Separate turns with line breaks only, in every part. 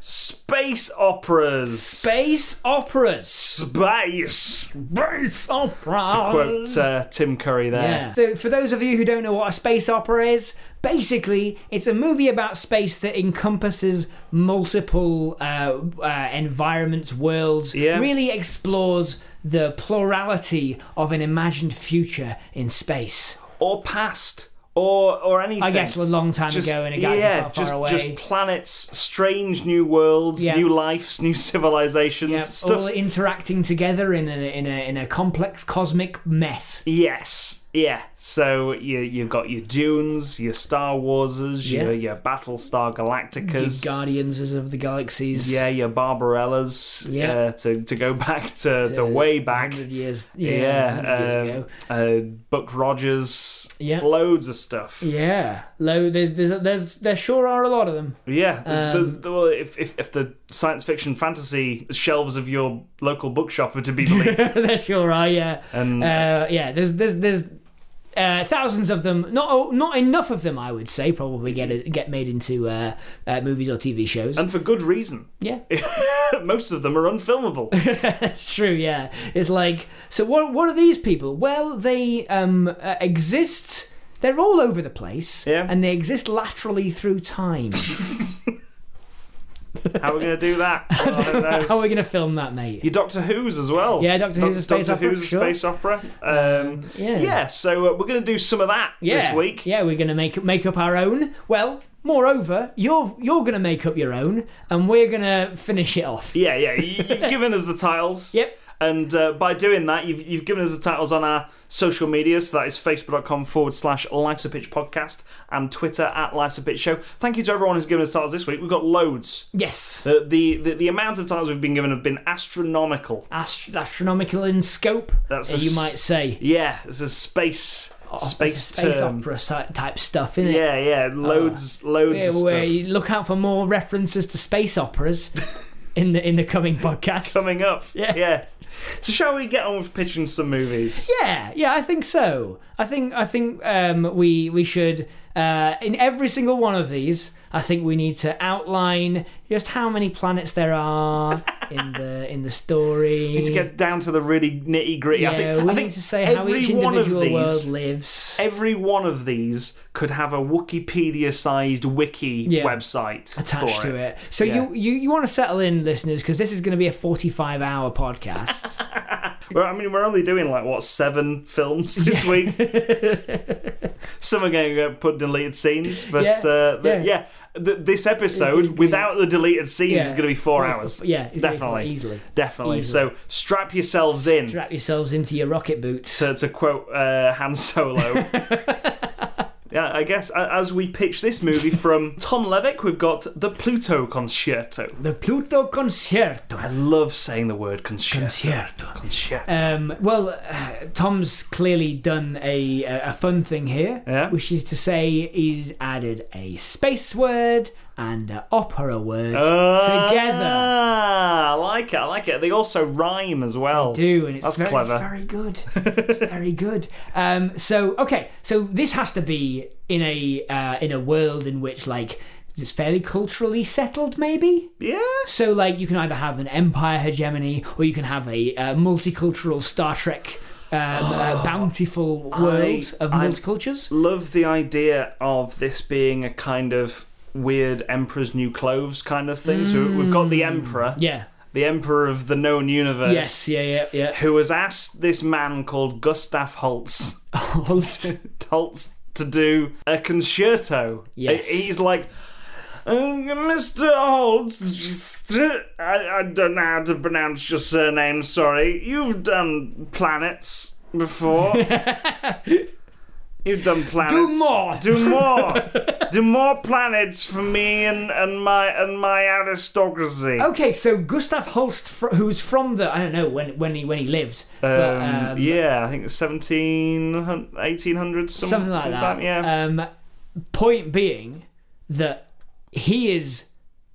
Space operas!
Space operas!
Space!
Space operas!
To quote uh, Tim Curry there.
Yeah. So, for those of you who don't know what a space opera is, basically, it's a movie about space that encompasses multiple uh, uh, environments, worlds.
Yeah.
Really explores the plurality of an imagined future in space.
Or past. Or, or anything.
I guess a long time
Just-
ago in a galaxy
yeah,
far, far
just,
away.
just planets, strange new worlds,
Yeah.
new lives, new civilizations,
Yeah,
stuff
all interacting together in a, in a in a complex cosmic mess.
Yes. Yeah. So you you've got your Dunes, your Star Warses, your
Yeah.
your Battlestar
Your
Galacticas.
Guardians of the Galaxies.
yeah, your Barbarellas.
Yeah.
Uh, to to go back to, to, way back.
Hundred years. Yeah.
Yeah.
100 years
uh,
ago.
uh, Buck Rogers.
Yeah.
Loads of stuff. Yeah.
Yeah. Lo, there- there's, there's there sure are a lot of them. Um,
There's, well, if, if if the science fiction fantasy shelves of your local bookshop are to be believed,
there sure are. Yeah.
and
Uh, yeah. There's there's there's. Uh, thousands of them, not oh, not enough of them, I would say, probably get get made into uh, uh, movies or TV shows.
and for good reason.
yeah,
Most of them are unfilmable.
That's true. Yeah, it's like so. What what are these people? Well, they um uh, exist. They're all over the place,
Yeah.
and they exist laterally through time.
How are we going to do that? Well, I don't know.
How are we gonna film that, mate?
Your Doctor Who's as well.
Yeah, Doctor Who's a space
Doctor
opera,
Who's a
sure.
space opera. Um,
yeah.
yeah. So uh, we're going to do some of that
yeah,
this week.
Yeah, we're gonna make make up our own. Well, moreover, you're you're gonna make up your own, and we're gonna finish it off.
Yeah, yeah. You, you've given us the titles.
Yep.
And uh, by doing that, you've, you've given us the titles on our social media. So that is facebook.com forward slash Life's a Pitch podcast and Twitter at Life's a Pitch show. Thank you to everyone who's given us titles this week. We've got loads.
Yes.
The, the, the, the amount of titles we've been given have been astronomical.
Ast- astronomical in scope,
That's
uh,
a
you
s-
might say.
Yeah, it's a space, space,
space
term.
opera si- type stuff, innit?
Yeah, yeah, loads, loads
Oh. Yeah,
of stuff.
where you look out for more references to space operas in the in the coming podcast.
coming up.
Yeah.
Yeah. So shall we get on with pitching some movies?
Yeah, yeah, I think so. I think I think um, we we should uh, in every single one of these. I think we need to outline just how many planets there are in the in the story.
We need to get down to the really nitty gritty.
yeah,
I think,
we
I think
need to say how
every
each
one of
individual
these,
world lives.
every one of these could have a Wikipedia-sized wiki
Yeah.
website
attached
for
to it. So
Yeah.
you, you you want to settle in, listeners, because this is going to be a forty-five hour podcast.
Well, I mean, we're only doing like what seven films this week. Some are going to put deleted scenes, but
Yeah,
uh, the,
yeah.
yeah. Th- this
gonna
episode
be-
without the deleted scenes
Yeah.
is going to be four
Four-
hours.
yeah, it's gonna be four-
definitely,
easily.
definitely.
Easily.
So strap yourselves in.
Strap yourselves into your rocket boots.
to, to quote uh, Han Solo. Yeah, I guess a- as we pitch this movie from Tom Levick, we've got the Pluto Concerto.
The Pluto Concerto.
I love saying the word concerto.
Concerto.
Concerto.
Um, well, uh, Tom's clearly done a a a fun thing here,
Yeah.
which is to say he's added a space word and an opera word
Oh,
together.
Ah, I like it. I like it. They also rhyme as well.
Do and it's
That's
very,
clever.
it's very good. It's very good. Um, so okay, so this has to be in a uh, in a world in which like it's fairly culturally settled, maybe.
Yes.
So, like, you can either have an empire hegemony or you can have a uh, multicultural Star Trek um, uh, bountiful world of
I-
multicultures.
Love the idea of this being a kind of weird Emperor's New Clothes kind of thing. So we've got
Mm.
the Emperor,
Yeah.
the Emperor of the known universe.
Yes. Yeah. Yeah. Yeah.
who has asked this man called Gustav Holtz Holtz to do a concerto.
Yes.
He's like, "Uh, Mr. Holtz, I, I don't know how to pronounce your surname, sorry. You've done planets before. You've done planets.
Do more.
Do more. Do more planets for me and, and my and my aristocracy.
Okay, so Gustav Holst, fr- who's from the I don't know when when he when he lived, but,
Um,
um,
yeah, I think it's 17, 1800s, some,
something like
sometime,
that.
Yeah.
Um, point being that he is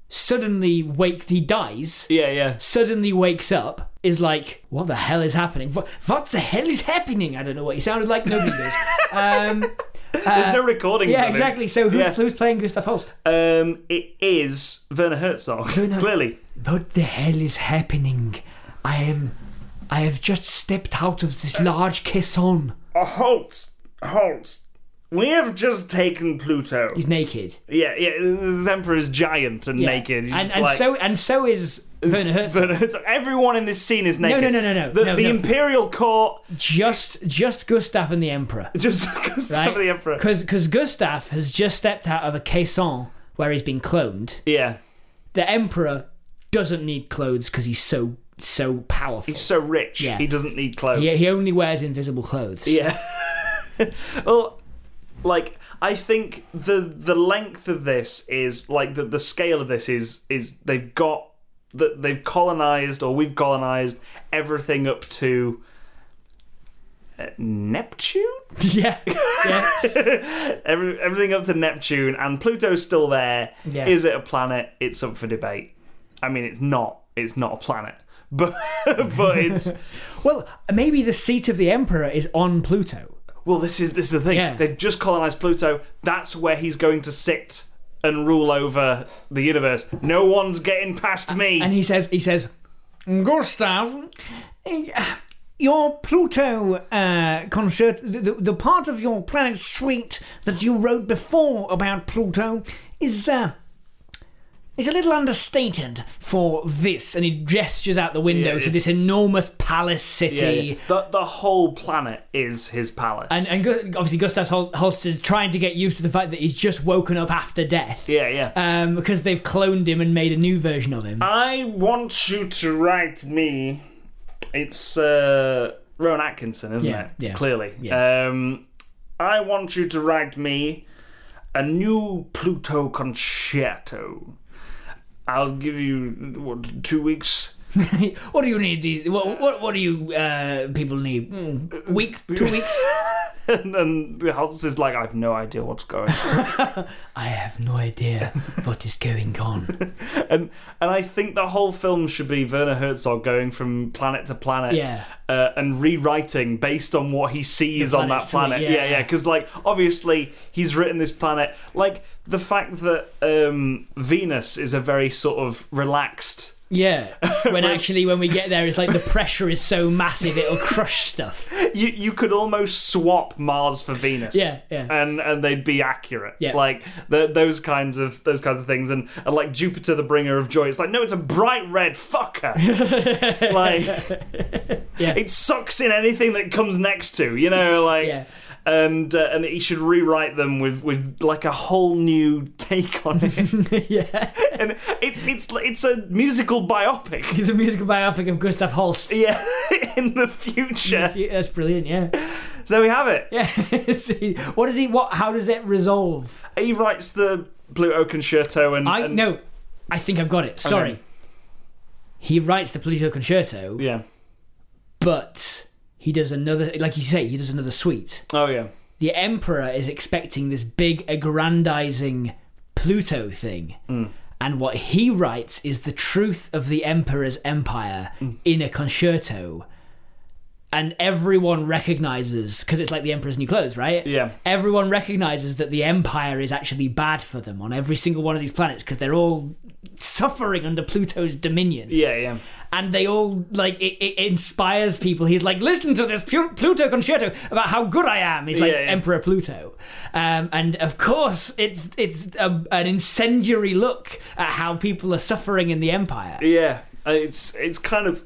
suddenly waked. He dies.
yeah, yeah.
Suddenly wakes up. Is like, what the hell is happening? What, what the hell is happening? I don't know what he sounded like. Nobody does. Um, uh,
There's no recordings.
yeah,
of it.
exactly. So who's,
Yeah.
who's playing Gustav Holst?
Um, it is Werner Herzog.
Werner-
Clearly,
What the hell is happening? I am. I have just stepped out of this large caisson.
uh, Holtz, Holtz. We have just taken Pluto.
He's naked.
Yeah, yeah. This emperor is giant and
Yeah.
naked. He's
And, and
like-
so and so is Werner Herzog.
Werner Herzog. Everyone in this scene is naked.
no, no, no, no,
The,
no,
the
no.
imperial court
Just just Gustav and the Emperor.
just because of the emperor.
Because Gustav has just stepped out of a caisson where he's been cloned.
Yeah,
The Emperor doesn't need clothes because he's so so powerful.
he's so rich.
Yeah.
He doesn't need clothes.
Yeah, he only wears invisible clothes.
Yeah. well, like I think the the length of this is like the the scale of this is is they've got that they've colonized or we've colonized everything up to uh, Neptune.
yeah, yeah.
Every, everything up to Neptune and Pluto's still there. Is
Yeah.
it a planet? It's up for debate. I mean, it's not. It's not a planet. But but it's
Well, maybe the seat of the Emperor is on Pluto.
well. This is this is the thing.
Yeah.
They've just colonized Pluto. That's where he's going to sit and rule over the universe. No one's getting past me.
And he says, he says, Gustav, your Pluto uh, concert, the, the part of your planet suite that you wrote before about Pluto is. Uh, is a little understated for this, and he gestures out the window
Yeah,
to
yeah.
this enormous palace city.
Yeah, yeah. The the whole planet is his palace.
And, and Gu- obviously, Gustav Hol- Holst is trying to get used to the fact that he's just woken up after death
yeah, yeah.
um, because they've cloned him and made a new version of him.
I want you to write me. It's uh, Rowan Atkinson, isn't
Yeah,
it?
yeah,
Clearly.
yeah.
Um, I want you to write me a new Pluto concerto. I'll give you what two weeks.
what do you need? These, what, what what do you uh, people need? Mm, week, two weeks.
And then the house is like, I've no idea what's going on.
I have no idea what is going on.
and and I think the whole film should be Werner Herzog going from planet to planet.
Yeah.
uh, and rewriting based on what he sees
The
on that
planet's
planet.
sweet,
yeah,
yeah.
yeah, because like obviously he's written this planet. Like the fact that um, Venus is a very sort of relaxed.
Yeah. When actually, when we get there, it's like the pressure is so massive it'll crush stuff.
You you could almost swap Mars for Venus.
Yeah, yeah.
And and they'd be accurate.
Yeah.
Like the, those kinds of those kinds of things. And, and like Jupiter, the bringer of joy. It's like no, it's a bright red fucker. like
Yeah.
it sucks in anything that comes next to. You know, like.
Yeah.
and uh, and he should rewrite them with with like a whole new take on it.
yeah.
and it's it's it's a musical biopic.
It's a musical biopic of Gustav Holst.
Yeah, in the future.
That's brilliant. Yeah.
So we have it.
Yeah. See, what does he? What? How does it resolve?
He writes the Pluto concerto and
I
and-
no. I think I've got it. Sorry.
Okay.
He writes the Pluto Concerto,
Yeah.
but he does another. Like you say, he does another suite.
Oh yeah.
the emperor is expecting this big aggrandizing pluto thing and what he writes is the truth of the emperor's empire in a concerto and everyone recognizes because it's like the emperor's new clothes right
Yeah.
everyone recognizes that the empire is actually bad for them on every single one of these planets because they're all suffering under pluto's dominion
Yeah, yeah.
and they all like it, it inspires people. He's like, listen to this Pu- Pluto concerto about how good I am. He's like
Yeah, yeah.
Emperor Pluto, um, and of course it's it's a, an incendiary look at how people are suffering in the empire.
Yeah. Uh, It's it's kind of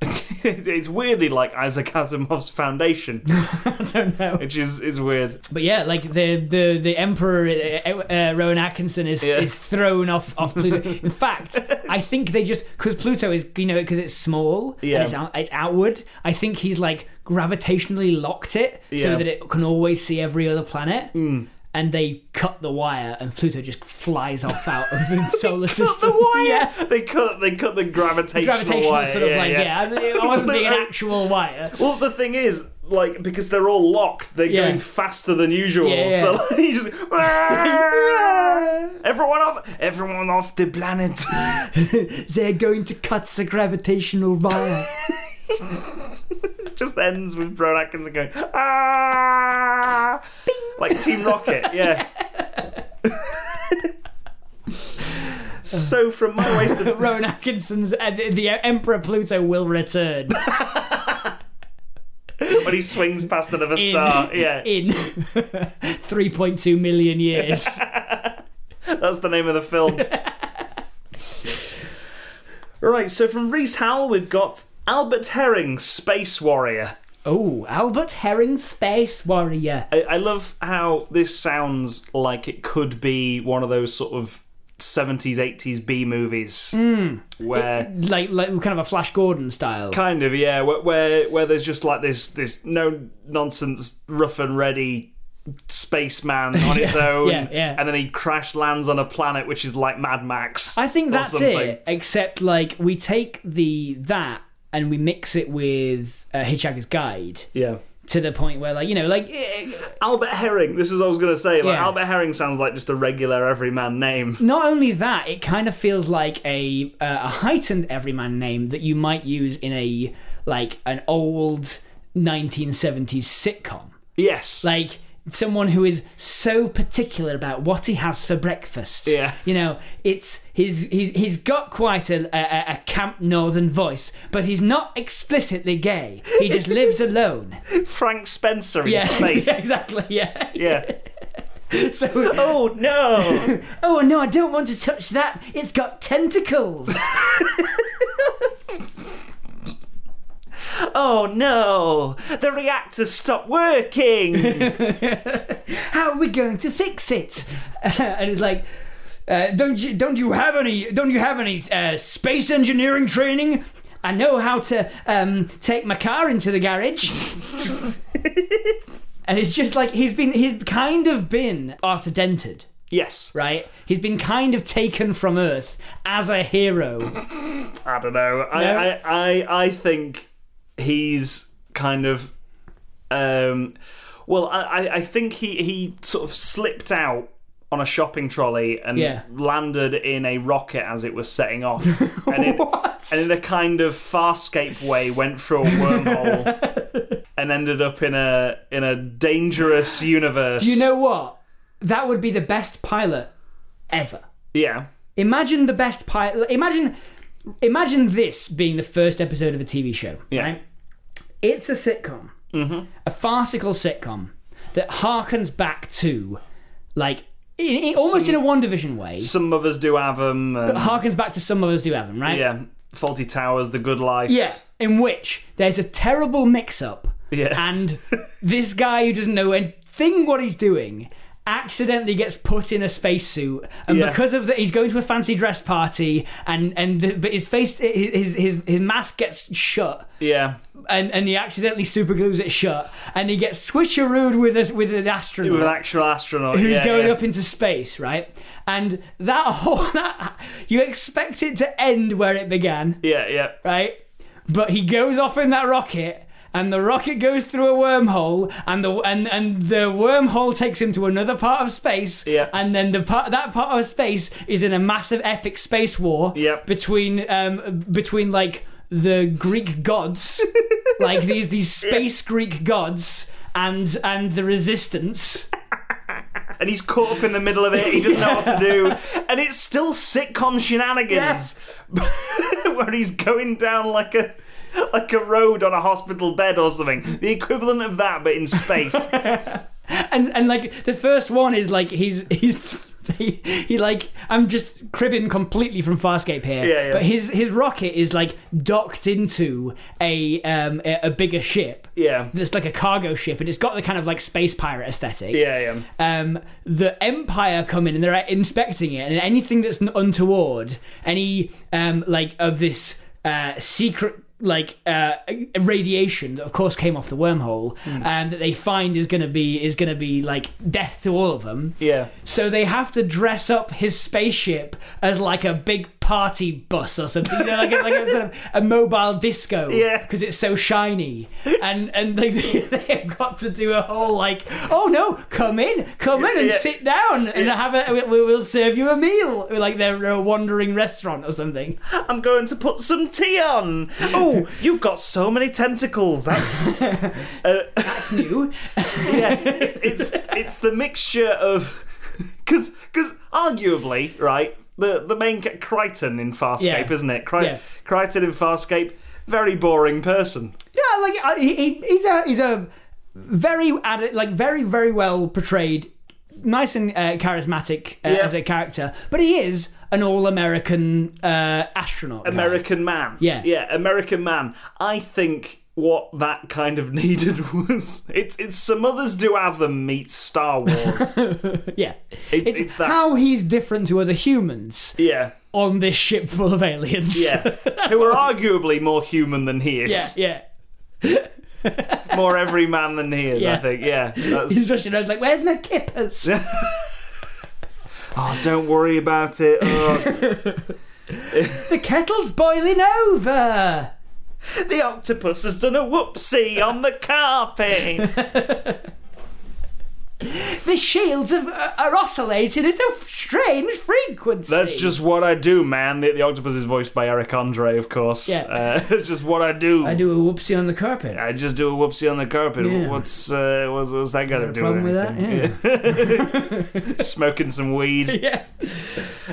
it's weirdly like Isaac Asimov's foundation,
I don't know.
which is is weird.
But yeah, like the the the Emperor uh, uh, Rowan Atkinson is
Yeah.
is thrown off off Pluto. In fact, I think they just because Pluto is you know because it's small
Yeah.
and it's out, it's outward. I think he's like gravitationally locked it
Yeah.
so that it can always see every other planet. And they cut the wire, and Pluto just flies off out of the solar
Cut
system.
the wire.
Yeah.
They cut they cut the gravitational,
Gravitational
wire.
sort of like yeah, I wasn't being an actual wire.
Well, the thing is, like, because they're all locked, they're
Yeah.
going faster than usual.
Yeah, yeah.
So like, you just everyone off, everyone off the planet.
They're going to cut the gravitational wire.
just ends with Bro Atkinson going ah, like Team Rocket, yeah. so from my waist of
Rowan Atkinson's uh, the- the Emperor Pluto will return
when he swings past another
in
star, yeah,
in 3.2 million years.
that's the name of the film. right, so from Reese Howell we've got Albert Herring, Space Warrior.
oh, Albert Herring Space Warrior.
I, I love how this sounds like it could be one of those sort of 70s, 80s B movies
Hmm.
where.
Like like kind of a Flash Gordon style.
kind of yeah where, where where there's just like this this no nonsense rough and ready spaceman on his own
yeah, yeah.
and then he crash lands on a planet which is like mad max
I think
or
that's
something.
it. Except like we take the that and we mix it with uh, Hitchhiker's Guide
yeah
to the point where like you know like eh, eh,
albert herring this is what i was going to say like
Yeah.
albert herring sounds like just a regular everyman name
not only that, it kind of feels like a uh, a heightened everyman name that you might use in a like an old 1970s sitcom,
yes
like someone who is so particular about what he has for breakfast.
Yeah.
you know, it's he's he's he's got quite a a, a camp northern voice, but he's not explicitly gay. He just lives alone.
frank spencer in
Yeah,
space
yeah, exactly. Yeah,
yeah
So
oh no
Oh no, I don't want to touch that. It's got tentacles.
oh no the reactors stopped working
How are we going to fix it? and it's like, uh, don't you don't you have any don't you have any uh, space engineering training? I know how to um, take my car into the garage. and it's just like he's been he's kind of been Arthur Dented,
yes
right? He's been kind of taken from Earth as a hero.
I don't know. I,
No?
I, I, I think he's kind of. Um, well, I, I- I think he, he sort of slipped out on a shopping trolley and
Yeah.
landed in a rocket as it was setting off. And in, And in a kind of farscape way, went through a wormhole and ended up in a in a dangerous universe.
You know what? That would be the best pilot ever.
Yeah.
Imagine the best pilot. Imagine, imagine this being the first episode of a TV show.
Yeah. Mm-hmm.
Right? It's a sitcom, a farcical sitcom that harkens back to, like, in, in- almost in a one division way.
Some of us do have them. And,
harkens back to some of us do have them, right?
yeah. Faulty Towers, The Good Life.
Yeah. In which there's a terrible mix-up,
Yeah.
and this guy who doesn't know anything what he's doing accidentally gets put in a spacesuit and
Yeah.
because of that he's going to a fancy dress party and and the, but his face his, his his mask gets shut
yeah.
and and he accidentally super glues it shut and he gets switcherooed with us with an astronaut
With an actual astronaut.
who's
yeah,
going
yeah.
up into space right and that whole that you expect it to end where it began
Yeah, yeah.
right? But he goes off in that rocket, and the rocket goes through a wormhole, and the and and the wormhole takes him to another part of space.
Yeah.
And then the part that part of space is in a massive epic space war.
Yep.
Between um between like the Greek gods, like these these space Greek gods. And and the resistance.
And he's caught up in the middle of it. He doesn't know what to do. And it's still sitcom shenanigans where he's going down like a like a road on a hospital bed or something. The equivalent of that, but in space.
And and like the first one is like he's he's he, he like I'm just cribbing completely from Farscape here.
Yeah, yeah.
But his his rocket is like docked into a um a, a bigger ship.
Yeah.
That's like a cargo ship, and it's got the kind of like space pirate aesthetic.
Yeah, yeah.
Um, the Empire come in and they're inspecting it, and anything that's n- untoward, any um like of this uh secret like uh radiation that of course came off the wormhole um, that they find is gonna be is gonna be like death to all of them
Yeah.
so they have to dress up his spaceship as like a big party bus or something, you know, like a, like a, sort of a mobile disco.
Yeah.
Because it's so shiny, and and they they have got to do a whole like, oh no, come in, come in and
Yeah.
sit down and
Yeah.
have a we, we will serve you a meal. Like they're a wandering restaurant or something.
I'm going to put some tea on. Oh, you've got so many tentacles. That's
That's new.
yeah, it's it's the mixture of because because arguably right the the main ca- Crichton in Farscape
Yeah.
isn't it? Cri-
Yeah.
Crichton in Farscape, very boring person.
Yeah, like I- he, he- he's a he's a very adi- like very very well portrayed, nice and uh, charismatic uh,
Yeah.
as a character, but he is an all-American uh, astronaut. guy.
American man.
Yeah.
yeah, American man. I think what that kind of needed was it's it's some others do have them meets Star Wars.
yeah,
It's-
it's,
it's that-
how he's different to other humans
yeah.
on this ship full of aliens.
Yeah, who are arguably more human than he is,
yeah, yeah.
more everyman than he is. I
Yeah.
think. Yeah, that's,
He's rushing. I was like, "Where's my kippers?"
Oh, don't worry about it. Oh.
the kettle's boiling over.
the octopus has done a whoopsie on the carpet.
The shields have, uh, are oscillating at a strange frequency.
That's just what I do, man. The, the octopus is voiced by Eric Andre, of course.
Yeah.
uh, it's just what I do.
I do a whoopsie on the carpet.
I just do a whoopsie on the carpet.
Yeah.
What's uh, what's, what's that got to do?
problem with
anything? Yeah. Smoking some weed.
yeah.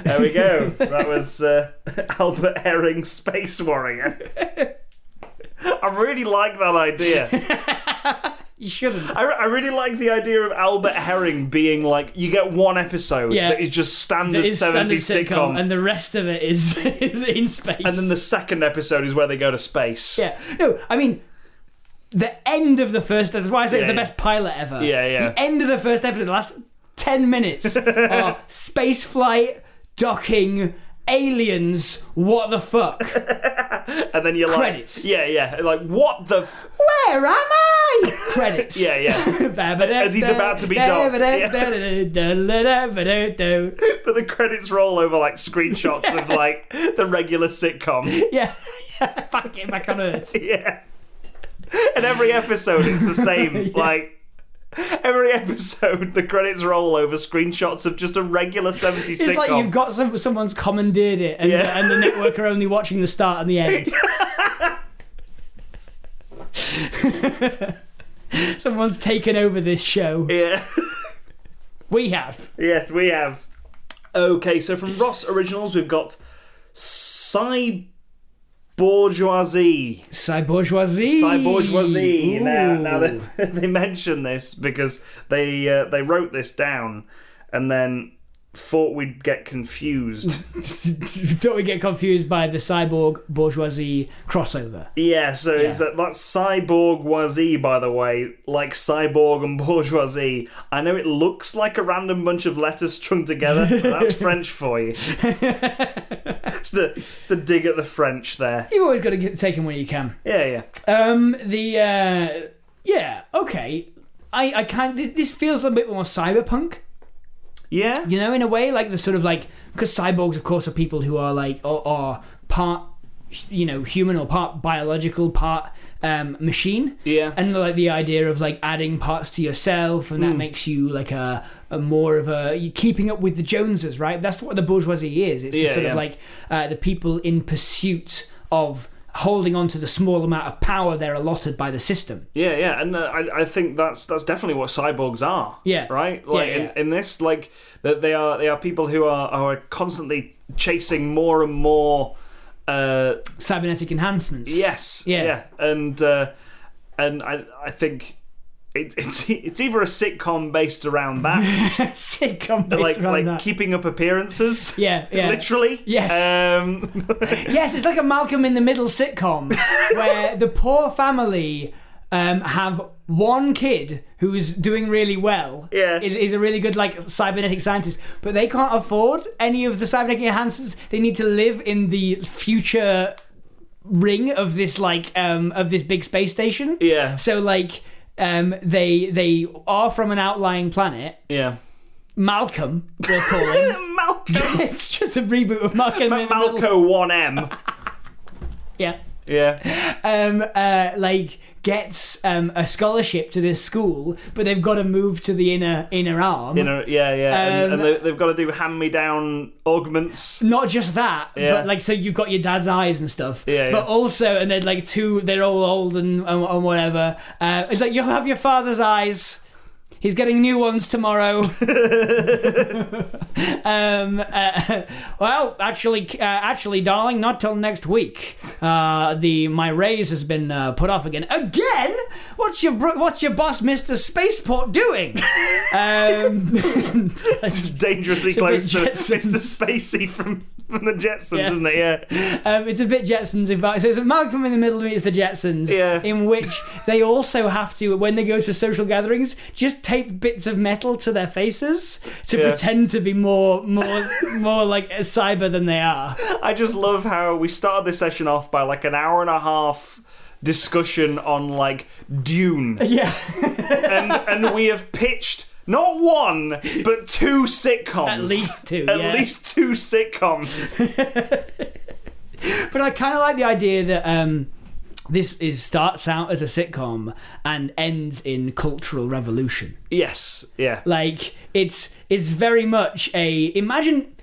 There we go. That was uh, Albert Herring, Space Warrior. I really like that idea.
You shouldn't.
I, I really like the idea of Albert Herring being like, you get one episode
Yeah.
that is just standard
It's standard
70s sitcom,
sitcom,
and,
and the rest of it is is in space.
then the second episode is where they go to space.
yeah, no, I mean. The end of the first. That's why I say
Yeah,
it's the
yeah.
best pilot ever.
Yeah, yeah.
The end of the first episode, the last ten minutes, are space flight, docking, aliens. What the fuck?
And then you're like,
Credits.
yeah, yeah, like what the, f-?
Where am I? Credits.
yeah, yeah.
As
he's about to be docked, but the credits roll over like screenshots of like the regular sitcom.
Yeah. yeah. Fuck it, back on Earth.
Yeah, and every episode is the same. Like. Every episode, the credits roll over screenshots of just a regular 70s sitcom.
It's like you've got some, someone's commandeered it, and,
Yeah.
and the network are only watching the start and the end. someone's taken over this show.
yeah.
We have.
Yes, we have. Okay, so from Ross Originals, we've got Cy Bourgeoisie.
Cy bourgeoisie.
Cy Bourgeoisie. Now, now
Ooh.
they, they mention this because they uh, they wrote this down and then thought we'd get confused.
Don't we get confused by the cyborg bourgeoisie crossover?
yeah, so it's
Yeah.
that that's cyborgwasie, by the way, like cyborg and bourgeoisie. I know it looks like a random bunch of letters strung together, but that's French for you. it's, the, it's the dig at the French there.
You've always got to get, take them when you can.
Yeah, yeah.
Um, the uh, yeah, okay. I I can't. This, this feels a little bit more cyberpunk.
Yeah?
you know, in a way, like the sort of like because cyborgs, of course, are people who are like are, are part, you know, human or part biological, part um, machine.
Yeah.
And like the idea of like adding parts to yourself, and that
Hmm.
makes you like a, a more of a you keeping up with the Joneses, right? That's what the bourgeoisie is. It's the
Yeah,
sort
yeah.
of like uh, the people in pursuit of holding on to the small amount of power they're allotted by the system.
Yeah, yeah, and uh, I, I think that's that's definitely what cyborgs are.
Yeah.
right.
Yeah,
Like
yeah.
In, in this, like that they are they are people who are are constantly chasing more and more. Uh,
Cybernetic enhancements.
yes,
Yeah.
yeah, and uh, and I I think It, it's it's either a sitcom based around that,
sitcom based
like
around
like
that.
keeping up appearances.
Yeah, yeah.
Literally.
Yes.
Um,
yes, it's like a Malcolm in the Middle sitcom where the poor family um, have one kid who's doing really well.
Yeah.
is, is a really good like cybernetic scientist, but they can't afford any of the cybernetic enhancers. They need to live in the future ring of this like um, of this big space station.
yeah.
So like um, they they are from an outlying planet.
Yeah.
Malcolm, we're calling.
Malco.
it's just a reboot of Malcolm. in the Middle.
Malco One M.
Yeah.
Yeah.
um, uh, like gets um, a scholarship to this school, but they've got to move to the inner inner arm.
You know. Yeah. Yeah. And,
Um,
and they, they've got to do hand-me-down augments.
not just that,
Yeah.
but like so you've got your dad's eyes and stuff.
Yeah,
But
yeah.
also, and they're like two, they're all old and and, and whatever. Uh, it's like you'll have your father's eyes. He's getting new ones tomorrow. um, uh, well, actually, uh, actually, darling, not till next week. Uh, the my raise has been uh, put off again. Again? What's your bro- what's your boss, Mister Spaceport, doing? um,
Dangerously
a bit
close to
Jetsons.
Mr. Spacey from from the Jetsons,
Yeah.
isn't it? Yeah.
Um, it's a bit Jetsons in fact. So it's Malcolm in the Middle meets the Jetsons,
Yeah.
in which they also have to, when they go to social gatherings, just tape bits of metal to their faces to
Yeah.
pretend to be more, more, more like a cyber than they are.
I just love how we started this session off by like an hour and a half discussion on like Dune,
Yeah,
and and we have pitched not one but two sitcoms,
at least two.
At
yeah.
least two sitcoms.
but I kind of like the idea that. Um, this is starts out as a sitcom and ends in cultural revolution.
yes, yeah,
Like it's it's very much a imagine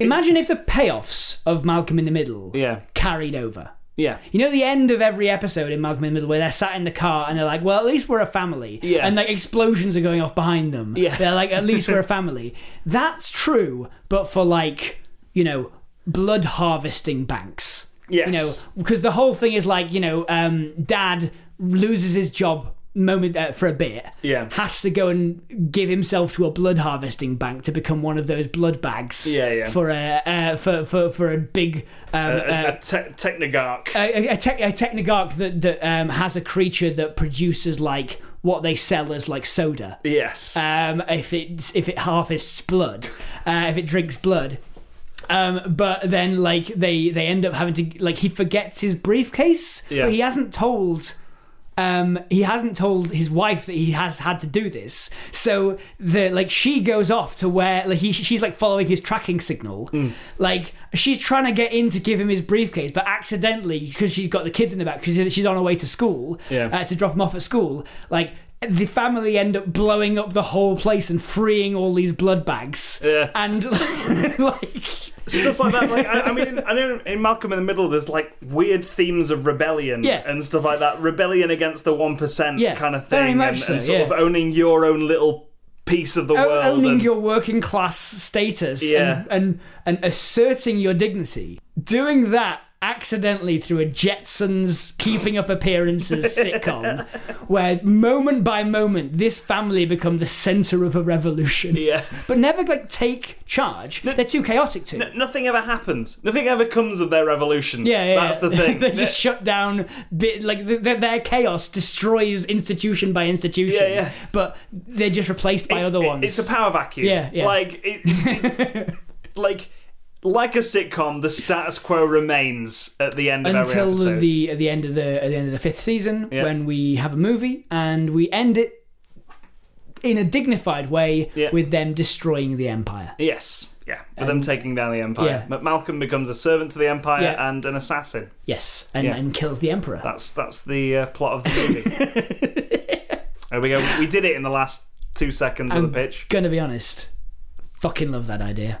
imagine if the payoffs of Malcolm in the Middle
yeah,
carried over.
yeah,
You know the end of every episode in Malcolm in the Middle where they're sat in the car and they're like, "Well, at least we're a family,"
Yeah.
and like explosions are going off behind them.
Yeah.
they're like, "At least we're a family." That's true, but for like you know blood harvesting banks. You know,
Yes.
because the whole thing is like you know, um, Dad loses his job moment uh, for a bit.
Yeah.
has to go and give himself to a blood harvesting bank to become one of those blood bags.
Yeah, yeah.
For a uh, for for for a big um, uh,
a te- technogarch.
a, a, tech, a technogarch that, that um, has a creature that produces like what they sell as like soda.
yes,
Um, if it if it harvests blood, uh, if it drinks blood, um, but then like they they end up having to like he forgets his briefcase,
Yeah.
but he hasn't told. Um, he hasn't told his wife that he has had to do this, so the like she goes off to where like he she's like following his tracking signal,
Hmm.
like she's trying to get in to give him his briefcase, but accidentally because she's got the kids in the back because she's on her way to school
Yeah.
uh, to drop him off at school, like the family end up blowing up the whole place and freeing all these blood bags,
Yeah.
and like
stuff like that. Like I, I mean, I know in Malcolm in the Middle, there's like weird themes of rebellion
Yeah.
and stuff like that. Rebellion against the one percent
Yeah,
kind of thing,
very much
and,
so,
and sort
yeah.
of owning your own little piece of the world.
owning
and-
your working class status
Yeah.
and, and and asserting your dignity. Doing that accidentally through a Jetsons keeping up appearances sitcom where moment by moment this family becomes the center of a revolution.
yeah.
But never like take charge. They're too chaotic to.
Nothing ever happens. Nothing ever comes of their revolution.
yeah, yeah,
that's
yeah.
the thing.
they just shut down. Bit, like th- th- their chaos destroys institution by institution.
Yeah, yeah.
But they're just replaced by
It's-
other
it-
ones.
It's a power vacuum.
Yeah, yeah.
Like it, it- like like a sitcom, the status quo remains at the end of
until
every episode.
the at the end of the at the end of the fifth season
Yeah.
when we have a movie and we end it in a dignified way
Yeah.
with them destroying the empire.
Yes. Yeah, with them taking down the empire.
yeah.
But Malcolm becomes a servant to the empire
Yeah.
and an assassin.
Yes, and
Yeah.
and kills the emperor.
That's that's the uh, plot of the movie. there we go. We did it in the last two seconds
Um,
of the pitch.
Gonna be honest, fucking love that idea.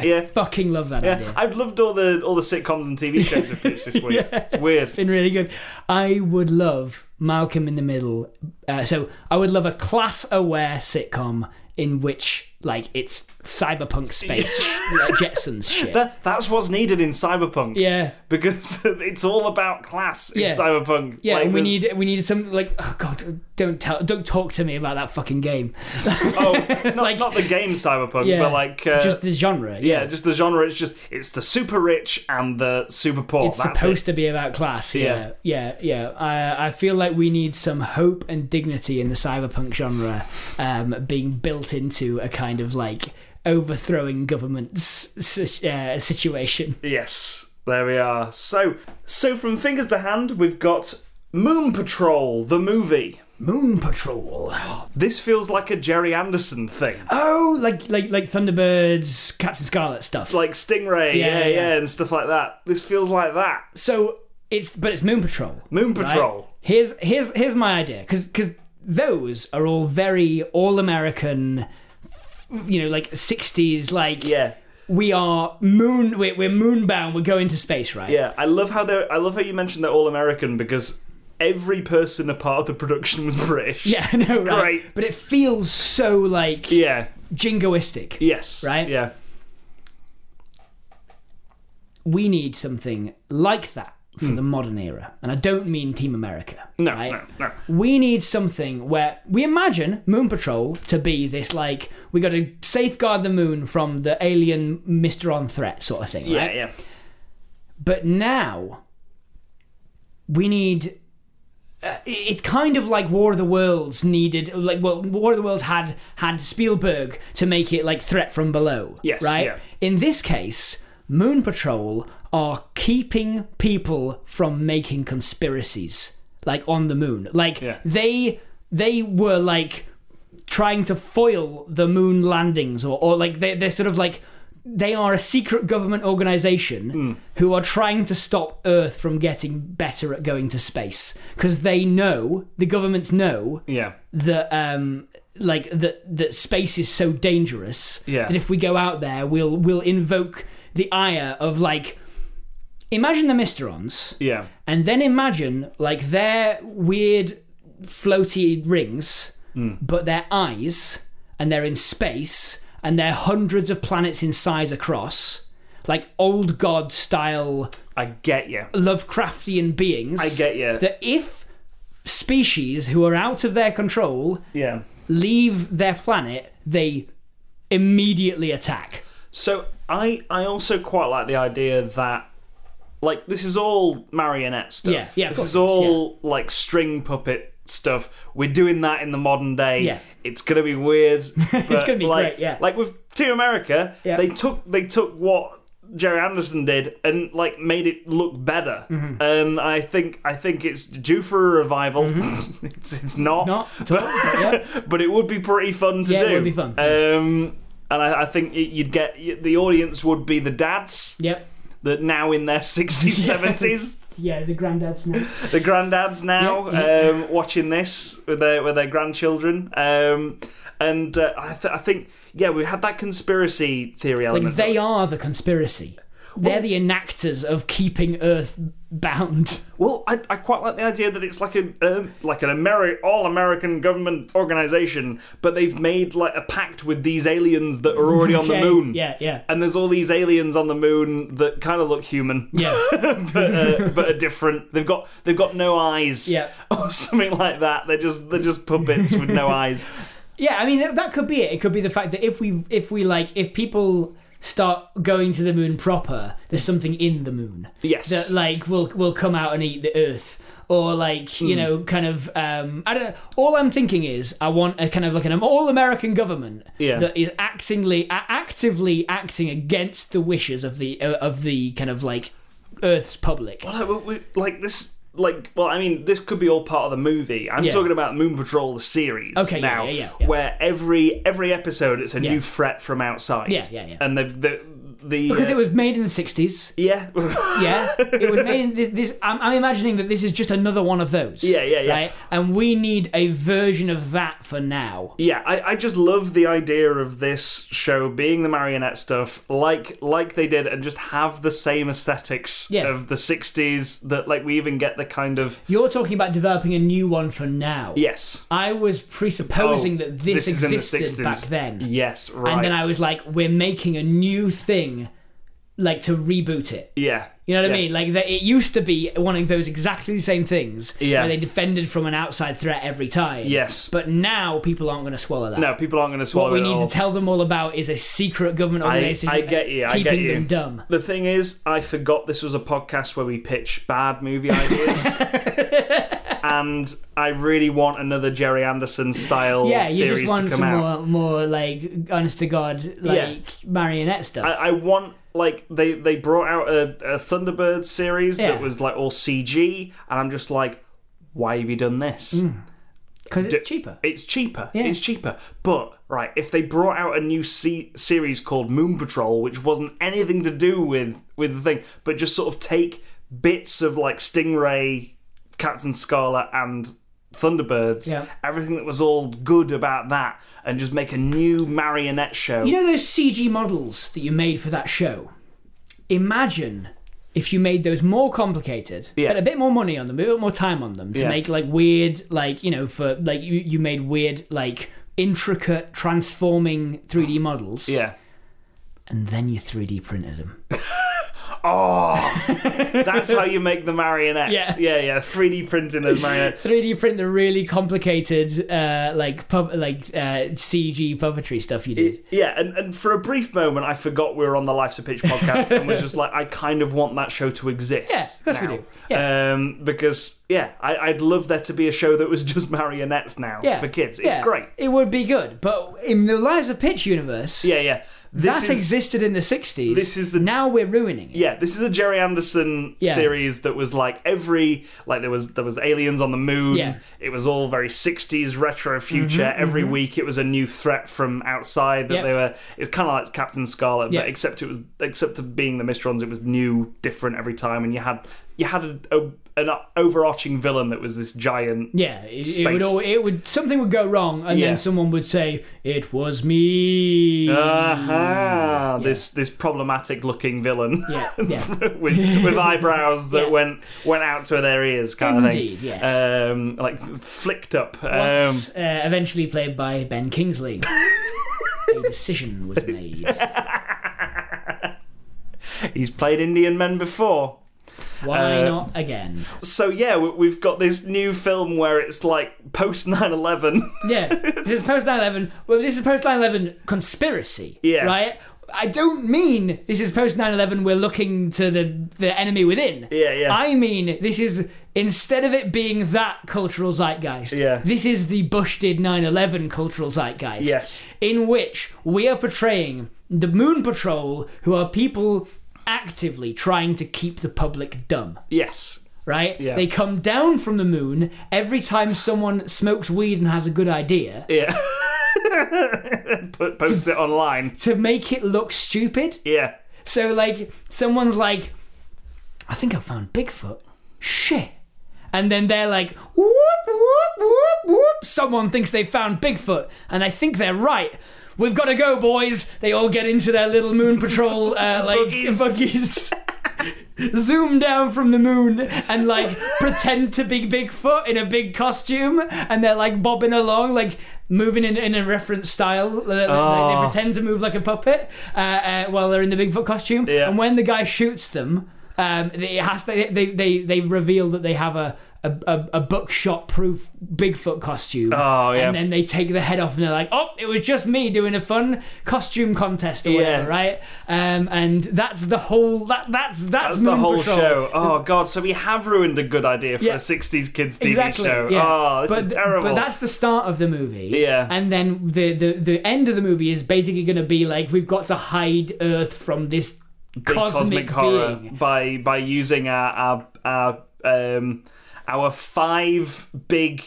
Yeah.
Fucking love that idea.
I've loved all the all the sitcoms and TV shows we've pitched this week. It's weird.
been really good. I would love Malcolm in the Middle. Uh, so I would love a class-aware sitcom in which, like, it's cyberpunk space uh, Jetsons shit.
That, that's what's needed in cyberpunk.
yeah.
Because it's all about class in
Yeah.
cyberpunk.
Yeah,
Like,
and we
there's-
need we needed some like oh god, don't tell, don't talk to me about that fucking game.
oh, not,
Like-
not the game cyberpunk,
Yeah,
but like uh,
just the genre.
yeah, just the genre. It's just it's the super rich and the super poor.
it's
That's
supposed to be about class. Yeah, yeah, yeah. I, I feel like we need some hope and dignity in the cyberpunk genre, um, being built into a kind of like overthrowing governments si- uh, situation.
it. Yes, there we are. So so from fingers to hand, we've got Moon Patrol the movie.
Moon Patrol.
This feels like a Jerry Anderson thing,
Oh, like like like Thunderbirds, Captain Scarlet stuff.
like Stingray, yeah
Yeah,
yeah,
yeah.
and stuff like that. This feels like that.
so it's but it's Moon Patrol.
Moon
right?
Patrol.
Here's here's here's my idea because those are all very all American, you know, like '60s like
Yeah.
we are moon we're, we're moonbound we're going to space right
Yeah, I love how they are I love how you mentioned they're all American because every person a part of the production was British.
yeah no right
great.
but it feels so like
Yeah.
jingoistic
Yes.
Right?
Yeah.
we need something like that for
Hmm.
the modern era and i don't mean team america
No,
right?
no, no.
we need something where we imagine moon patrol to be this like we got to safeguard the moon from the alien mr on threat sort of thing
Yeah,
right
yeah.
but now we need uh, it's kind of like War of the Worlds needed, like well, War of the Worlds had had Spielberg to make it like threat from below,
Yes,
right?
yeah.
In this case, Moon Patrol are keeping people from making conspiracies, like on the moon. Like
Yeah.
they they were like trying to foil the moon landings, or or like they they're sort of like they are a secret government organization who are trying to stop Earth from getting better at going to space because they know the governments know
Yeah.
that um like that that space is so dangerous
Yeah.
that if we go out there we'll we'll invoke the ire of like imagine the Mysterons
Yeah.
and then imagine like their weird floaty rings,
Hmm.
but their eyes, and they're in space, and they're hundreds of planets in size across, like old god style
I get you.
Lovecraftian beings.
I get you.
that if species who are out of their control
Yeah.
leave their planet, they immediately attack.
So I I also quite like the idea that like this is all marionette stuff.
Yeah, yeah, of
This
course
is
it is,
all like string puppet stuff. We're doing that in the modern day.
Yeah.
It's gonna be weird. it's
gonna be
like,
great, yeah.
Like with Team America,
Yeah.
they took they took what Jerry Anderson did and like made it look better.
Mm-hmm.
And I think I think it's due for a revival. it's it's not.
Mm-hmm. Not at all. yeah.
but it would be pretty fun to
Yeah, it
do.
would be fun.
Um, and I, I think it- you'd get y- the audience would be the dads
Yep.
that now in their sixties, seventies,
Yeah, the granddads now.
the granddads now
Yeah, yeah.
Um, watching this with their with their grandchildren. Um, and uh, I, th- I think yeah, we had that conspiracy theory element.
Like they are the conspiracy. They're the enactors of keeping Earth bound.
Well, I, I quite like the idea that it's like a um, like an Ameri- all American government organization, but they've made like a pact with these aliens that are already on the
Okay,
moon.
Yeah, yeah.
and there's all these aliens on the moon that kind of look human,
Yeah.
but, uh, but are different. They've got they've got no eyes,
Yeah.
or something like that. They're just they're just puppets with no eyes.
yeah, I mean that, that could be it. It could be the fact that if we if we like if people start going to the moon proper, there's something in the moon.
Yes,
that like will will come out and eat the earth or like
Hmm.
you know kind of um i don't know all i'm thinking is i want a kind of like an all american government
Yeah.
that is actingly a- actively acting against the wishes of the uh, of the kind of like earth's public
Well, like, we, we- like this. Like, well, I mean, this could be all part of the movie. I'm
Yeah.
talking about Moon Patrol the series
Okay, yeah,
now,
yeah, yeah, yeah.
where every every episode it's a
Yeah.
new threat from outside.
Yeah, yeah, yeah.
And they've, they the
because
uh,
it was made in the 60s.
yeah
Yeah, it was made in this. this I'm, I'm imagining that this is just another one of those.
Yeah, yeah, yeah.
Right? And we need a version of that for now.
yeah I, I just love the idea of this show being the marionette stuff like like they did and just have the same aesthetics
Yeah.
of the 60s that like we even get the kind of
You're talking about developing a new one for now.
yes
I was presupposing
Oh,
that this,
is in the 60s.
existed back then.
yes right
And then I was like, we're making a new thing, like to reboot it.
yeah
You know what I
Yeah.
mean? Like that it used to be one of those exactly the same things
Yeah.
where they defended from an outside threat every time.
Yes.
But now people aren't going to swallow that.
no people aren't going to swallow
What we
it
need
all.
to tell them all about is a secret government
I,
organization
I get you. I
keeping
get you.
them dumb.
The thing is, I forgot this was a podcast where we pitch bad movie ideas, and I really want another Jerry Anderson style
Yeah, you
series
just want
to come
some
out.
more, more like honest to god, like marionette stuff.
I, I want like they they brought out a, a Thunderbird series
Yeah.
that was like all CG, and I'm just like, why have you done this?
Mm. Because it's cheaper.
It's cheaper. It's cheaper. But right, if they brought out a new se- series called Moon Patrol, which wasn't anything to do with with the thing, but just sort of take bits of like Stingray, Captain Scarlet, and Thunderbirds,
Yeah.
everything that was all good about that, and just make a new marionette show.
You know those CG models that you made for that show? Imagine if you made those more complicated,
Yeah.
but a bit more money on them, a bit more time on them to
Yeah.
make like weird, like, you know, for like you, you made weird, like intricate transforming 3D models.
yeah.
And then you 3D printed them.
Oh, that's how you make the marionettes.
Yeah.
yeah, yeah. 3D printing those marionettes.
3D print the really complicated, uh, like, pu- like uh, CG puppetry stuff you did.
Yeah, and, and for a brief moment, I forgot we were on the Life's a Pitch podcast and was just like, I kind of want that show to exist.
Yeah, of course we
now.
do.
Um, because, yeah, I, I'd love there to be a show that was just marionettes now
Yeah.
for kids. It's
Yeah.
great.
It would be good. But in the Lives of Pitch universe,
Yeah, yeah. This
that
is,
existed in the 60s.
this is the-
now we're ruining it.
yeah, this is a Jerry Anderson
Yeah.
series that was like every like there was there was aliens on the moon.
Yeah. Mm-hmm,
It was all very sixties retro future. every week it was a new threat from outside that
Yep.
they were it was kinda like Captain Scarlet,
Yeah.
but except it was except to being the Mistrons, it was new, different every time and you had you had a, a- an overarching villain that was this giant
Yeah, it, it
Space.
would. al- It would. Something would go wrong, and
Yeah.
then someone would say, "It was me."
Uh.
Mm-hmm.
Aha! Uh-huh. This this problematic looking villain.
Yeah, yeah.
with with eyebrows that
Yeah.
went went out to their ears, kind
Indeed,
of thing.
yes.
Um, like flicked up. Um,
Once, uh, eventually played by Ben Kingsley. a decision was made.
Um, he's played Indian Men before.
Why
Uh,
not again?
So yeah, we- we've got this new film where it's like post 9-11.
Yeah, this is post 9/11. Well, this is post 9/11 conspiracy.
Yeah.
right. I don't mean this is post 9/11. We're looking to the the enemy within.
Yeah, yeah.
I mean this is instead of it being that cultural zeitgeist.
Yeah.
This is the Bush did 9/11 cultural zeitgeist.
Yes.
In which we are portraying the Moon Patrol, who are people actively trying to keep the public dumb
yes.
right?
Yeah.
They come down from the moon every time someone smokes weed and has a good idea
Yeah. Put, post it online.
to make it look stupid.
Yeah.
So, like, someone's like, I think I found Bigfoot. Shit. And then they're like, whoop, whoop, whoop, whoop. Someone thinks they found Bigfoot, and I think they're right. We've got to go, boys. They all get into their little moon patrol, uh, like,
Buggies.
buggies. zoom down from the moon and like pretend to be Bigfoot in a big costume, and they're like bobbing along, like moving in, in a reference style. uh, Like, they- they
Oh.
pretend to move like a puppet uh, uh, while they're in the Bigfoot costume,
Yeah.
and when the guy shoots them, um, it has to, they, they they reveal that they have a. A, a, a buckshot proof Bigfoot costume.
Oh, yeah.
And then they take the head off and they're like, oh, it was just me doing a fun costume contest or whatever, right? Um, and that's the whole, that, that's, that's
That's the
Moon
whole
Patrol.
show. Oh god, so we have ruined a good idea for
Yeah.
a 60s kids TV
Exactly.
show.
Yeah.
Oh, this
but,
is terrible.
But that's the start of the movie.
Yeah.
And then the the, the end of the movie is basically going to be like we've got to hide Earth from this
big
cosmic,
horror
being.
by by using our our, our um our five big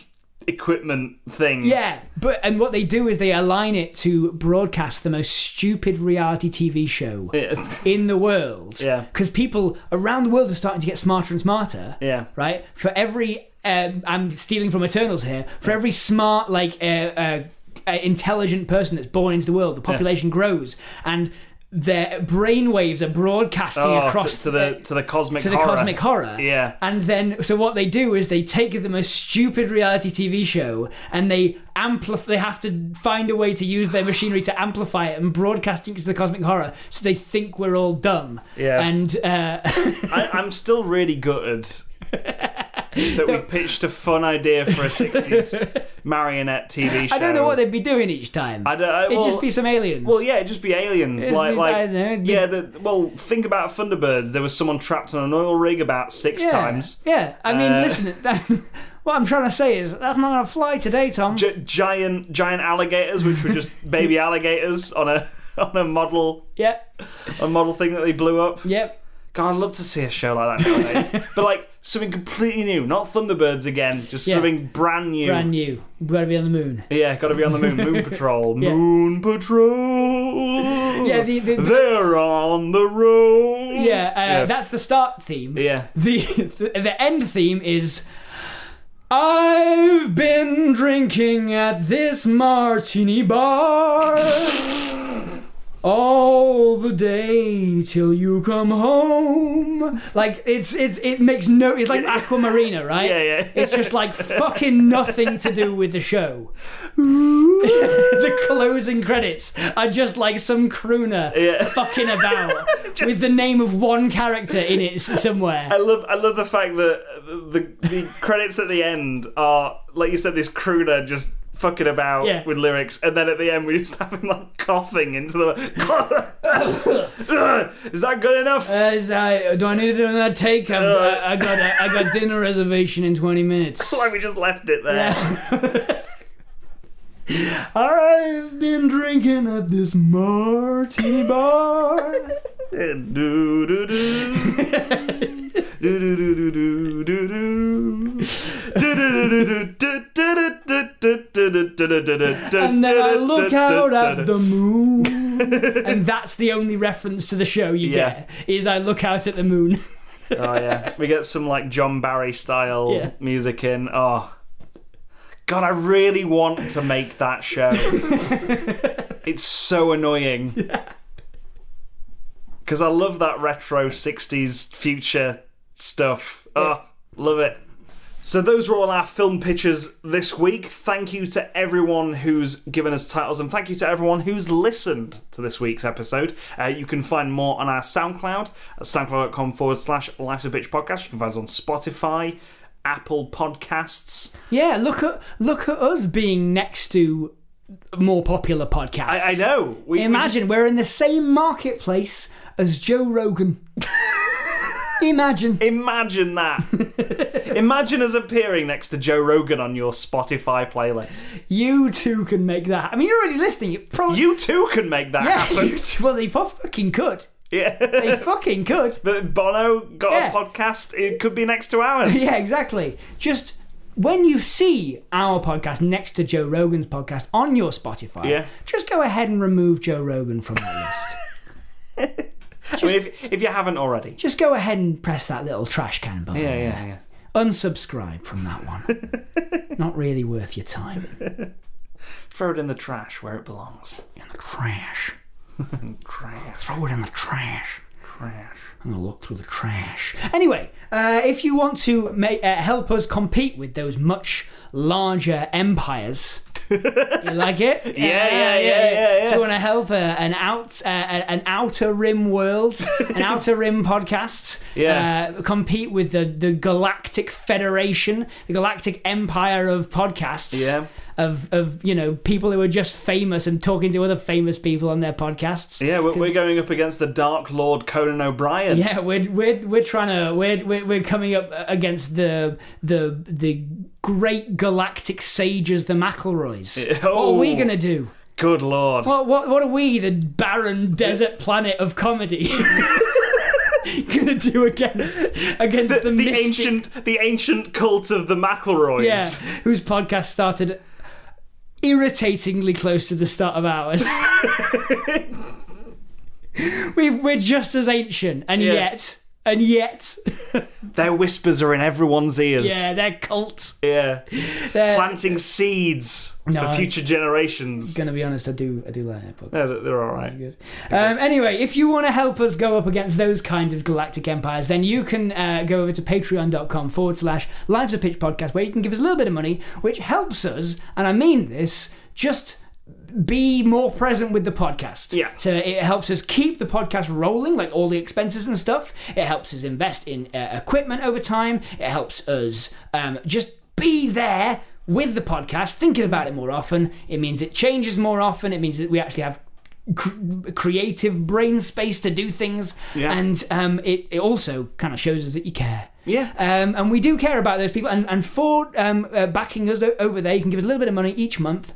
equipment things.
Yeah, but and what they do is they align it to broadcast the most stupid reality TV show
Yeah.
in the world.
Yeah.
because people around the world are starting to get smarter and smarter.
Yeah.
right. For every, um, I'm stealing from Eternals here. For every smart, like, uh, uh, uh, intelligent person that's born into the world, the population grows, and their brain waves are broadcasting
Oh, to,
across
to the to the cosmic
to the
horror.
cosmic horror.
Yeah.
And then, so what they do is they take the most stupid reality TV show and they amplify. They have to find a way to use their machinery to amplify it and broadcast it to the cosmic horror. So they think we're all dumb.
Yeah.
And uh,
I, I'm still really gutted that we pitched a fun idea for a 60s marionette TV show.
I don't know what they'd be doing each time.
I don't, I,
It'd
well,
just be some aliens.
Well, yeah, it'd just be aliens.
It'd
like,
be-
like,
I don't know.
yeah. The, well, think about Thunderbirds. There was someone trapped on an oil rig about six
yeah.
times.
Yeah. I mean,
Uh,
listen. That, what I'm trying to say is that's not going to fly today, Tom.
Gi- giant, giant alligators, which were just baby alligators on a on a model,
yep.
a model thing that they blew up.
Yep.
God, I'd love to see a show like that nowadays. but like something completely new, not Thunderbirds again, just
Yeah.
something brand new.
Brand new. We've got to be on the moon.
Yeah, gotta be on the moon. Moon Patrol. Moon Patrol.
Yeah, the- the-
They're on the road.
Yeah, uh,
Yeah.
that's the start theme.
Yeah.
The, the the end theme is I've been drinking at this martini bar all the day till you come home. Like it's it's it makes no it's like Aquamarina, right?
Yeah, yeah.
It's just like fucking nothing to do with the show. the closing credits are just like some crooner
Yeah.
fucking about with the name of one character in it s- somewhere.
I love I love the fact that the, the, the credits at the end are like you said this crooner just fucking about
Yeah.
with lyrics and then at the end we just have him like coughing into the Is that good enough?
Uh, is I, do I need to do another take? I've, I, I got I, got dinner reservation in twenty minutes.
Uh. like we just left it there.
I've been drinking at this martini bar.
do do do do do do do do do
And then I look out at the moon. and that's the only reference to the show you
Yeah.
get is I look out at the moon.
oh yeah we get some like john barry style
Yeah.
music in oh god i really want to make that show it's so annoying because i love that retro 60s future stuff oh love it so those were all our film pitches this week. Thank you to everyone who's given us titles, and thank you to everyone who's listened to this week's episode. Uh, you can find more on our SoundCloud at soundcloud.com forward slash Life's a Bitch podcast. You can find us on Spotify, Apple Podcasts.
yeah, look at look at us being next to more popular podcasts.
I, I know. We, we just-
Imagine we're in the same marketplace as Joe Rogan. Imagine.
imagine that. imagine us appearing next to Joe Rogan on your Spotify playlist.
You too can make that. I mean, you're already listening. You probably.
You too can make that
yeah,
happen.
you too- well, they fu- fucking could.
Yeah.
They fucking could.
But Bono got
Yeah.
a podcast. It could be next to ours.
Yeah, exactly. Just when you see our podcast next to Joe Rogan's podcast on your Spotify,
Yeah.
just go ahead and remove Joe Rogan from that list.
I mean, if, if you haven't already.
Just go ahead and press that little trash can button.
Yeah, yeah, yeah.
Unsubscribe from that one. Not really worth your time.
Throw it in the trash where it belongs.
In the trash.
Trash,
Throw it in the trash.
trash.
I'm gonna look through the trash. Anyway, uh, if you want to make, uh, help us compete with those much larger empires, you like it? Uh, Yeah,
yeah, yeah, yeah,
If you want to help uh, an out uh, an outer rim world, an outer rim podcast,
Yeah.
uh, compete with the the galactic federation, the galactic empire of podcasts,
Yeah.
of of you know people who are just famous and talking to other famous people on their podcasts,
Yeah, we're, we're going up against the Dark Lord Conan O'Brien.
yeah, we're we're we're trying to we're we're, we're coming up against the the the great galactic sages, the McElroys. What are we
oh.
gonna do?
Good Lord.
What what what are we, the barren desert planet of comedy? you're gonna do against against the,
the,
mystic-
ancient the ancient cult of the McElroys.
yeah, whose podcast started irritatingly close to the start of ours. we, we're just as ancient, and
Yeah.
yet, and yet,
Their whispers are in everyone's ears.
yeah, they're cult.
Yeah.
They're,
Planting seeds
No.
for future generations.
gonna be honest, I do, I do like that podcast.
No, they're all right.
Good. Um, anyway, if you want to help us go up against those kind of galactic empires, then you can uh, go over to patreon.com forward slash lives of pitch podcast, where you can give us a little bit of money, which helps us, and I mean this, just be more present with the podcast.
Yeah.
So it helps us keep the podcast rolling, like all the expenses and stuff. It helps us invest in uh, equipment over time. It helps us um, just be there with the podcast, thinking about it more often. It means it changes more often. It means that we actually have cr- creative brain space to do things.
Yeah.
And um, it, it also kind of shows us that you care.
Yeah.
Um, and we do care about those people. And, and for um, uh, backing us o- over there, you can give us a little bit of money each month.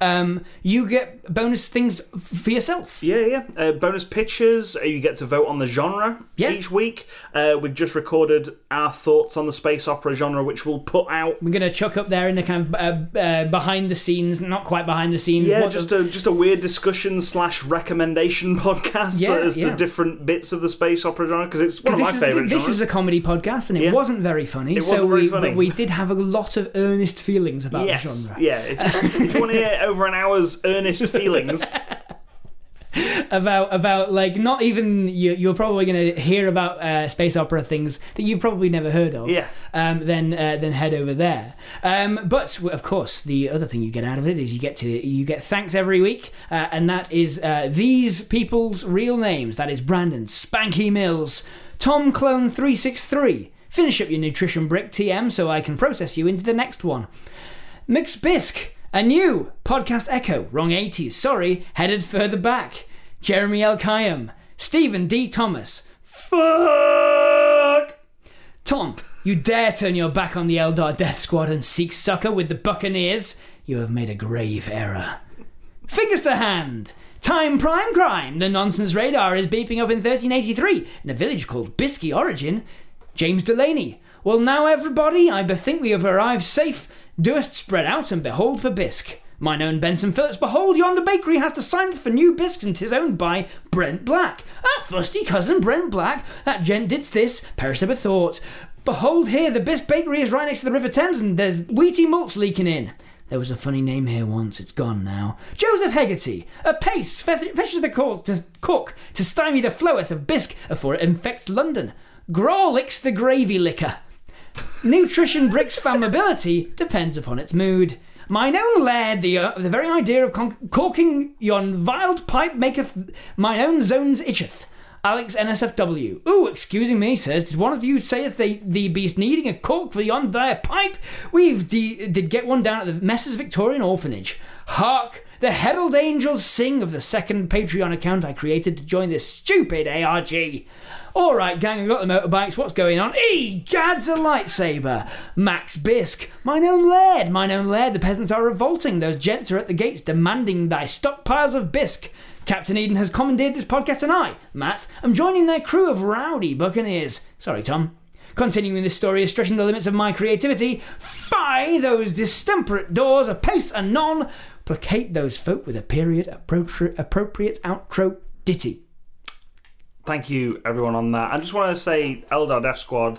Um, you get bonus things f- for yourself.
Yeah, yeah. Uh, bonus pictures. Uh, you get to vote on the genre
Yeah.
each week. Uh, we've just recorded our thoughts on the space opera genre, which we'll put out.
We're going to chuck up there in the kind of uh, uh, behind the scenes, not quite behind the scenes.
Yeah,
what
just
the-
a just a weird discussion slash recommendation podcast
Yeah,
as
yeah.
to different bits of the space opera genre because it's one of
this
my
is,
favorite
This
genres.
is a comedy podcast, and it
Yeah.
wasn't very funny. It so
wasn't very
we,
funny.
But we did have a lot of earnest feelings about the
yes,
genre.
yeah. If, if you want to hear over an hour's earnest feelings,
about about like not even you, you're probably going to hear about uh, space opera things that you've probably never heard of.
Yeah.
Um, then uh, then head over there. Um, but of course, the other thing you get out of it is you get to you get thanks every week, uh, and that is uh, these people's real names. That is Brandon Spanky Mills, Tom Clone three six three. Finish up your nutrition brick TM so I can process you into the next one. McSbisk, a new podcast echo, wrong 80s, sorry, headed further back. Jeremy L. Kayam, Stephen D. Thomas, fuck! Tom, you dare turn your back on the Eldar Death Squad and seek succor with the Buccaneers? You have made a grave error. Fingers to hand! Time Prime Crime! The nonsense radar is beeping up in 1383 in a village called Bisky Origin. James Delaney. Well, now, everybody, I bethink we have arrived safe. Doest spread out and behold for Bisk. Mine own Benson Phillips, behold, yonder bakery has decided for new bisques and tis owned by Brent Black. Ah, fusty cousin Brent Black, that gent did this, perish ever thought. Behold here, the bisque bakery is right next to the River Thames and there's wheaty malts leaking in. There was a funny name here once, it's gone now. Joseph Hegarty, a pace, feth- fetches the court to cook to stymie the floweth of bisque afore it infects London. Grawlicks the gravy liquor. Nutrition Brick's flammability depends upon its mood. Mine own laird, the, uh, the very idea of con- corking yon viled pipe maketh mine own zones itcheth. Alex NSFW. Ooh, excusing me, says, did one of you sayeth they the beast needing a cork for yon there pipe? We've de- did get one down at the Messrs Victorian Orphanage. Hark! The herald angels sing of the second Patreon account I created to join this stupid ARG. All right, gang, I got the motorbikes. What's going on? E gads a lightsaber. Max Bisk, mine own laird, mine own laird. The peasants are revolting. Those gents are at the gates demanding thy stockpiles of Bisk. Captain Eden has commandeered this podcast, and I, Matt, am joining their crew of rowdy buccaneers. Sorry, Tom. Continuing this story is stretching the limits of my creativity. Fie those distemperate doors, apace anon. Placate those folk with a period appro- appropriate outro ditty.
thank you everyone on that. I just want to say, Eldar Death Squad.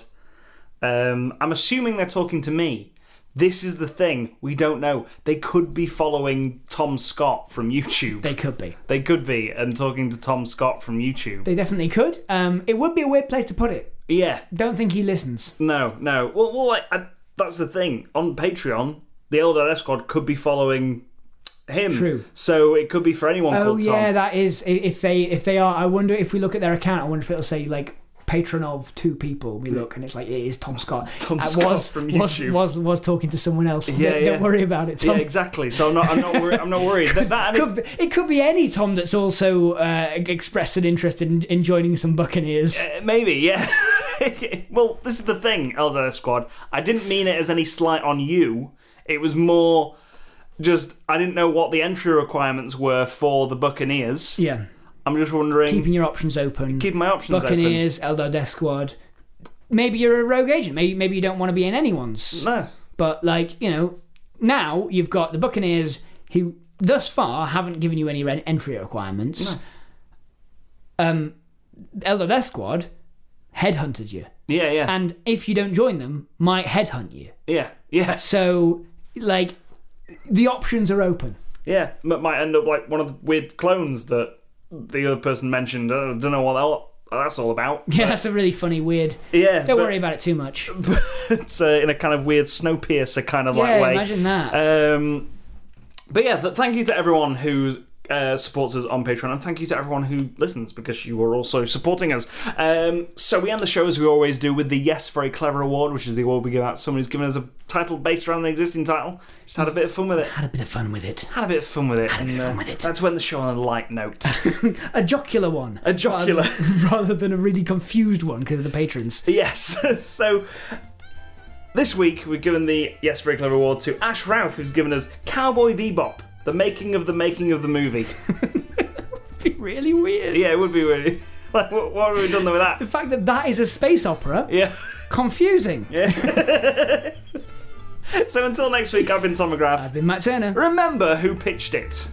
Um, I'm assuming they're talking to me. This is the thing we don't know. They could be following Tom Scott from YouTube.
They could be.
They could be, and talking to Tom Scott from YouTube.
They definitely could. Um, it would be a weird place to put it.
yeah,
Don't think he listens.
no, no. Well, well, like I, that's the thing. On Patreon, the Elder Death Squad could be following him.
True.
So it could be for anyone
Oh
called
yeah,
Tom.
that is. i- If they if they are, I wonder if we look at their account. I wonder if it'll say like patron of two people. We look and it's like it is Tom Scott.
Tom
Uh,
Scott
was,
from
was,
YouTube.
was was talking to someone else.
Yeah,
don't, don't
yeah.
worry about it, Tom.
Yeah, exactly. So I'm not, I'm not, worried. I'm not worried. That, that and if-
Could be- It could be any Tom that's also uh, expressed an interest in, in joining some Buccaneers.
Uh, Maybe, yeah. well, this is the thing, Eldar Squad. I didn't mean it as any slight on you. It was more just I didn't know what the entry requirements were for the Buccaneers.
Yeah.
I'm just wondering, keeping,
keeping your options open.
my options
Buccaneers, Eldar Death Squad. Maybe you're a rogue agent. Maybe maybe you don't want to be in anyone's.
open. No.
But like you know, now you've got the Buccaneers who thus far haven't given you any re- entry requirements. Um, Eldar Death Squad headhunted you,
Yeah, yeah.
and if you don't join them, might headhunt you.
yeah, yeah,
So like, the options are open.
yeah. M- might end up like one of the weird clones that the other person mentioned. I don't know what that, that's all about.
Yeah, that's a really funny, weird.
Yeah. but-
Don't worry about it too much.
It's uh, in a kind of weird Snowpiercer kind of
Yeah,
like way.
imagine that.
Um, but yeah, th- thank you to everyone who uh, supports us on Patreon, and thank you to everyone who listens because you are also supporting us. Um, so we end the show as we always do with the Yes Very Clever Award, which is the award we give out to someone who's given us a title based around the existing title. Just had a bit of fun with it.
Had a bit of fun with it.
Had a bit of fun with it. Had
bit of fun with it.
That's when the show on a light note.
a jocular one.
A jocular.
Rather, rather than a really confused one because of the patrons.
Yes. So this week we're giving the Yes Very Clever Award to Ash Routh, who's given us Cowboy Bebop, the making of the making of the movie.
really weird.
yeah, it would be really. Like, what, what have we done with that?
The fact that that is a space opera,
Yeah.
confusing.
So until next week, I've been Tom McGrath.
I've been Matt Turner.
Remember who pitched it.